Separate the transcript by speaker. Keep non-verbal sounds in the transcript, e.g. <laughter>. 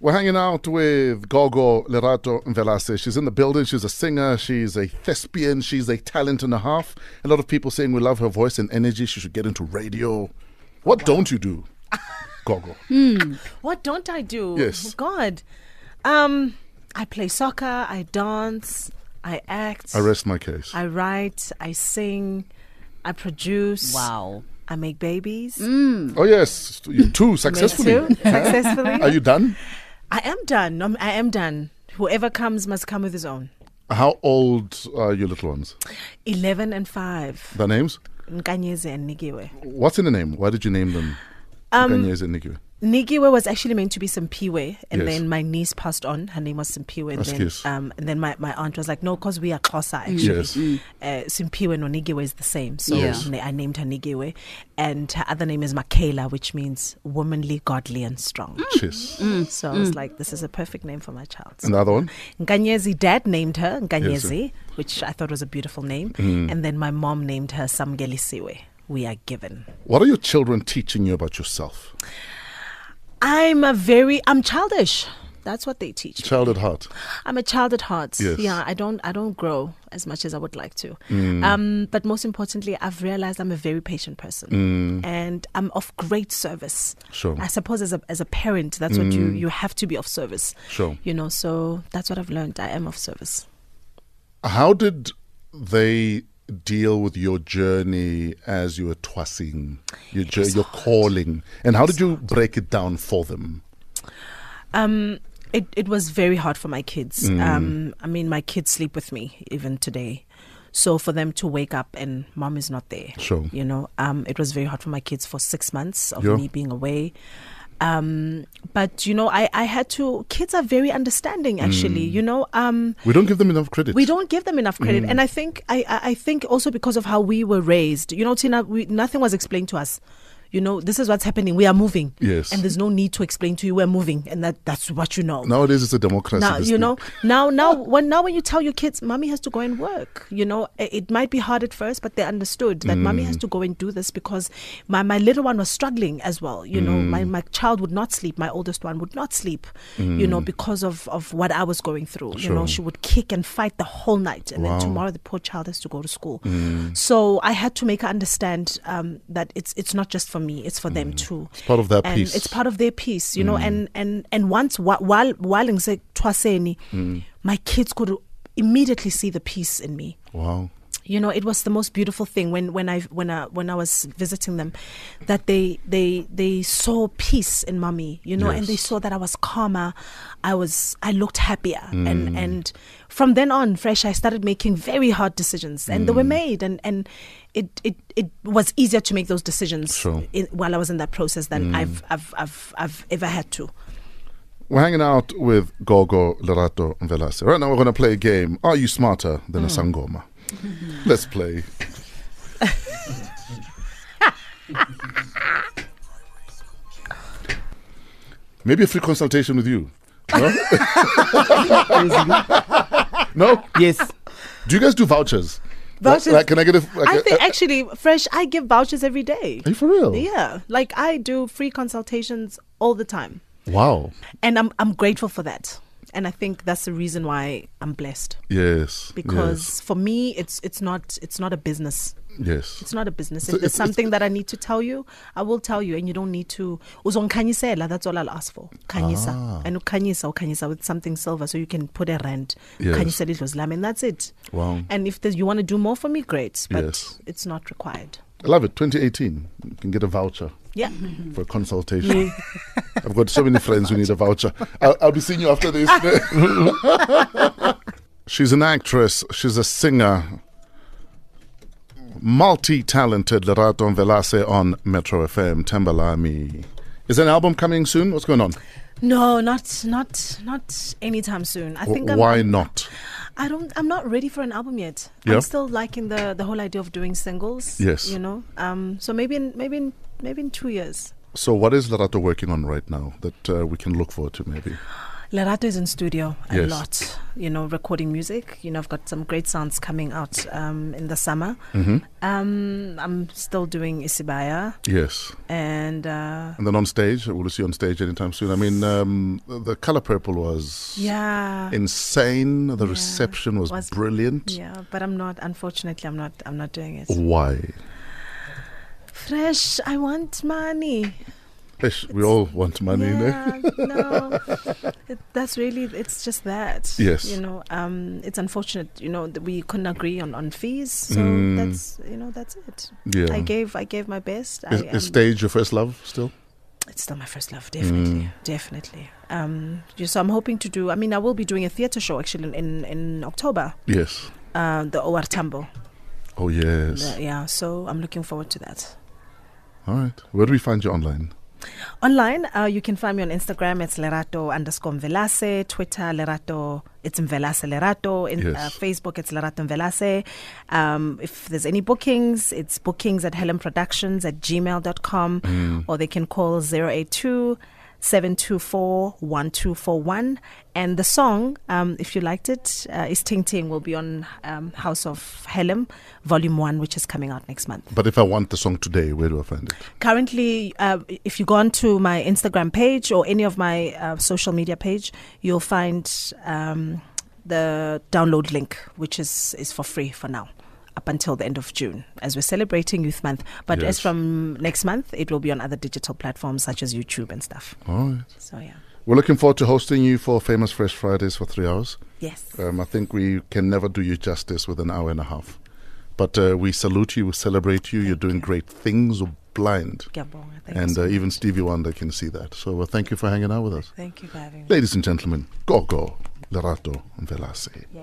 Speaker 1: We're hanging out with Gogo Lerato Velase. She's in the building. She's a singer. She's a thespian. She's a talent and a half. A lot of people saying we love her voice and energy. She should get into radio. What don't you
Speaker 2: <laughs>
Speaker 1: do, Gogo?
Speaker 2: What don't I do? Oh,
Speaker 1: Yes.
Speaker 2: God. Um, I play soccer, I dance, I act,
Speaker 1: I rest my case.
Speaker 2: I write, I sing, I produce.
Speaker 3: Wow.
Speaker 2: I make babies.
Speaker 1: oh, yes. You too,
Speaker 2: Me
Speaker 1: successfully.
Speaker 2: too, successfully.
Speaker 1: Are you done?
Speaker 2: I am done. Um, I am done. Whoever comes must come with his own.
Speaker 1: How old are your little ones?
Speaker 2: 11 and 5.
Speaker 1: Their names?
Speaker 2: Nkanyeze and Nigiwe.
Speaker 1: What's in the name? Why did you name them? Um, and Nikiwe?
Speaker 2: Nigiwe was actually meant to be Simpiwe, and
Speaker 1: Yes.
Speaker 2: then my niece passed on. Her name was Simpiwe, and then,
Speaker 1: Excuse.
Speaker 2: um, and then my, my aunt was like, "No, because we are closer actually.
Speaker 1: Yes. Mm.
Speaker 2: Uh, Simpiwe no Nigiwe is the same, so
Speaker 3: Yeah.
Speaker 2: na- I named her Nigiwe, and her other name is Makela, which means womanly, godly, and strong.
Speaker 1: Chis.
Speaker 2: So I
Speaker 1: Mm.
Speaker 2: was like, "This is a perfect name for my child."
Speaker 1: And the other one?
Speaker 2: Nkanyezi dad named her Nkanyezi, which I thought was a beautiful name,
Speaker 1: Mm.
Speaker 2: and then my mom named her Samgelisiwe. We are given.
Speaker 1: What are your children teaching you about yourself?
Speaker 2: I'm a very I'm childish. That's what they teach. me.
Speaker 1: Child at heart.
Speaker 2: I'm a child at heart.
Speaker 1: Yes.
Speaker 2: Yeah, I don't I don't grow as much as I would like to. Um, but most importantly, I've realized I'm a very patient person, and I'm of great service.
Speaker 1: Sure.
Speaker 2: I suppose as a as a parent, that's what you you have to be of service.
Speaker 1: Sure.
Speaker 2: You know, so that's what I've learned. I am of service.
Speaker 1: How did they deal with your journey as you were twassing, your, jour- your calling? And how did you break it down for them?
Speaker 2: Um, it, it was very hard for my kids. Um, I mean, my kids sleep with me even today. So for them to wake up and mom is not there,
Speaker 1: Sure.
Speaker 2: you know, um, it was very hard for my kids for six months of
Speaker 1: Yeah.
Speaker 2: me being away. Um, but you know, I, I had to, kids are very understanding actually,
Speaker 1: Mm.
Speaker 2: you know, um,
Speaker 1: We don't give them enough credit.
Speaker 2: we don't give them enough
Speaker 1: Mm.
Speaker 2: credit, and I think I, I I think also because of how we were raised. You know, Tina, we, nothing was explained to us. You know, this is what's happening. We are moving.
Speaker 1: Yes.
Speaker 2: And there's no need to explain to you we're moving, and that that's what you know.
Speaker 1: Nowadays, it's a democracy.
Speaker 2: Now
Speaker 1: this
Speaker 2: you
Speaker 1: thing.
Speaker 2: know. Now now
Speaker 1: Oh.
Speaker 2: when now when you tell your kids, "Mommy has to go and work," you know, i- it might be hard at first, but they understood that mommy
Speaker 1: Mm.
Speaker 2: has to go and do this because my my little one was struggling as well. You know,
Speaker 1: Mm.
Speaker 2: my my child would not sleep. My oldest one would not sleep. You know, because of of what I was going through. You know,
Speaker 1: Mm. Sure.
Speaker 2: she would kick and fight the whole night, and
Speaker 1: Wow. Mm.
Speaker 2: then tomorrow the poor child has to go to school. So I had to make her understand um, that it's it's not just for me; it's for them too
Speaker 1: Mm. It's part of that
Speaker 2: and
Speaker 1: piece.
Speaker 2: it's part of their piece, you know. And and and once whi- while while in se- Twaseni, my kids could immediately see the peace in me.
Speaker 1: Wow.
Speaker 2: You know, it was the most beautiful thing when when I when I when I was visiting them, that they they they saw peace in mommy, you know, and they
Speaker 1: Yes.
Speaker 2: saw that I was calmer, I was I looked happier,
Speaker 1: Mm.
Speaker 2: and and from then on, fresh, I started making very hard decisions, and
Speaker 1: Mm.
Speaker 2: they were made, and and it it it was easier to make those decisions
Speaker 1: Sure.
Speaker 2: in, while I was in that process
Speaker 1: Mm.
Speaker 2: than I've I've I've I've ever had to.
Speaker 1: We're hanging out with Gogo Lerato and Velase. Right now, we're going to play a game. Are you smarter than a
Speaker 2: Hmm. <laughs>
Speaker 1: Sangoma? Let's play. Maybe a free consultation with you. No? no?
Speaker 3: Yes.
Speaker 1: Do you guys do vouchers? Like-
Speaker 2: Vouchers-
Speaker 1: like, can I get a. like
Speaker 2: I
Speaker 1: a-
Speaker 2: think actually, fresh, I give vouchers every day.
Speaker 1: are you for real?
Speaker 2: Yeah, like I do free consultations all the time.
Speaker 1: Wow.
Speaker 2: and I'm I'm grateful for that. And I think that's the reason why I'm blessed
Speaker 1: Yes.
Speaker 2: because for me it's it's not it's not a business.
Speaker 1: Yes. yes.
Speaker 2: It's not a business.
Speaker 1: So
Speaker 2: If there's
Speaker 1: it's- it's-
Speaker 2: something that I need to tell you, I will tell you, and you don't need to. Uzongkhanyisela, That's all I'll ask for. Kanyisa
Speaker 1: Ah.
Speaker 2: and ukanyisa ukanyisa with something silver, so you can put a rand.
Speaker 1: Yes.
Speaker 2: Khanyisa lidlozi lami, and that's it.
Speaker 1: Wow.
Speaker 2: And if there's, you want to do more for me, great. But
Speaker 1: Yes.
Speaker 2: it's not required.
Speaker 1: I love it. 2018. You can get a voucher.
Speaker 2: Yeah.
Speaker 1: for a consultation. <laughs> I've got so many friends who need a voucher. I'll, I'll be seeing you after this. <laughs> she's an actress, she's a singer, multi talented Leraton Velase on Metro FM, Tembalami. Is an album coming soon? What's going on?
Speaker 2: No, not not not anytime soon. I think
Speaker 1: W-
Speaker 2: I'm,
Speaker 1: Why not?
Speaker 2: I don't. I'm not ready for an album yet.
Speaker 1: Yeah.
Speaker 2: I'm still liking the the whole idea of doing singles.
Speaker 1: Yes.
Speaker 2: You know. Um. So maybe in maybe in maybe in two years.
Speaker 1: So, what is Lerato working on right now that uh, we can look forward to maybe?
Speaker 2: Lerato is in studio a
Speaker 1: Yes.
Speaker 2: lot, you know, recording music. You know, I've got some great sounds coming out um, in the summer.
Speaker 1: Mm-hmm.
Speaker 2: Um, I'm still doing Isibaya
Speaker 1: Yes.
Speaker 2: and uh,
Speaker 1: And then on stage, will you see on stage anytime soon? I mean, um, the color purple was
Speaker 2: yeah,
Speaker 1: insane. The
Speaker 2: Yeah.
Speaker 1: reception was,
Speaker 2: Was-
Speaker 1: brilliant.
Speaker 2: yeah. But I'm not. Unfortunately, I'm not. I'm not doing it.
Speaker 1: Why?
Speaker 2: Fresh. I want money.
Speaker 1: Ish, we all want money, you know?
Speaker 2: yeah, no, it, that's really it's just that.
Speaker 1: Yes.
Speaker 2: you know, um, it's unfortunate. You know, that we couldn't agree on on fees, so
Speaker 1: Mm.
Speaker 2: that's you know that's it.
Speaker 1: Yeah.
Speaker 2: I gave I gave my best.
Speaker 1: Is,
Speaker 2: I,
Speaker 1: is
Speaker 2: um,
Speaker 1: stage your first love still? Mm.
Speaker 2: it's still my first love, definitely, definitely. Um, yeah, so I'm hoping to do. I mean, I will be doing a theatre show actually in in October.
Speaker 1: Yes.
Speaker 2: Uh, the OR Tambo.
Speaker 1: Oh, yes.
Speaker 2: The- yeah, so I'm looking forward to that.
Speaker 1: All right. Where do we find you online?
Speaker 2: Online, uh, you can find me on Instagram. It's Lerato underscore Velase. Twitter, Lerato. It's Velase Lerato. In uh,
Speaker 1: Yes.
Speaker 2: Facebook, it's Lerato Velase. Um, if there's any bookings, it's bookings at Helen Productions at gmail.com or they can call 082 724 1241. And the song, um, if you liked it, uh, is Ting Ting, will be on um, House of Helen, Volume 1, which is coming out next month.
Speaker 1: But if I want the song today, where do I find it?
Speaker 2: Currently, uh, if you go onto my Instagram page or any of my uh, social media page, you'll find um, the download link, which is, is for free for now, up until the end of June, as we're celebrating Youth Month. But
Speaker 1: Yes.
Speaker 2: as from next month, it will be on other digital platforms such as YouTube and stuff.
Speaker 1: All right.
Speaker 2: So, yeah.
Speaker 1: We're looking forward to hosting you for Famous Fresh Fridays for three hours.
Speaker 2: Yes.
Speaker 1: Um, I think we can never do you justice with an hour and a half. But uh, we salute you, we celebrate you. You're doing great things. We're blind.
Speaker 2: Ngiyabonga. Thank you.
Speaker 1: And
Speaker 2: so
Speaker 1: uh,
Speaker 2: much.
Speaker 1: even Stevie Wonder can see that. So uh, thank you for hanging out with us.
Speaker 2: Thank you for having me.
Speaker 1: Ladies and gentlemen, go go, Lerato and Velase.
Speaker 2: Yeah.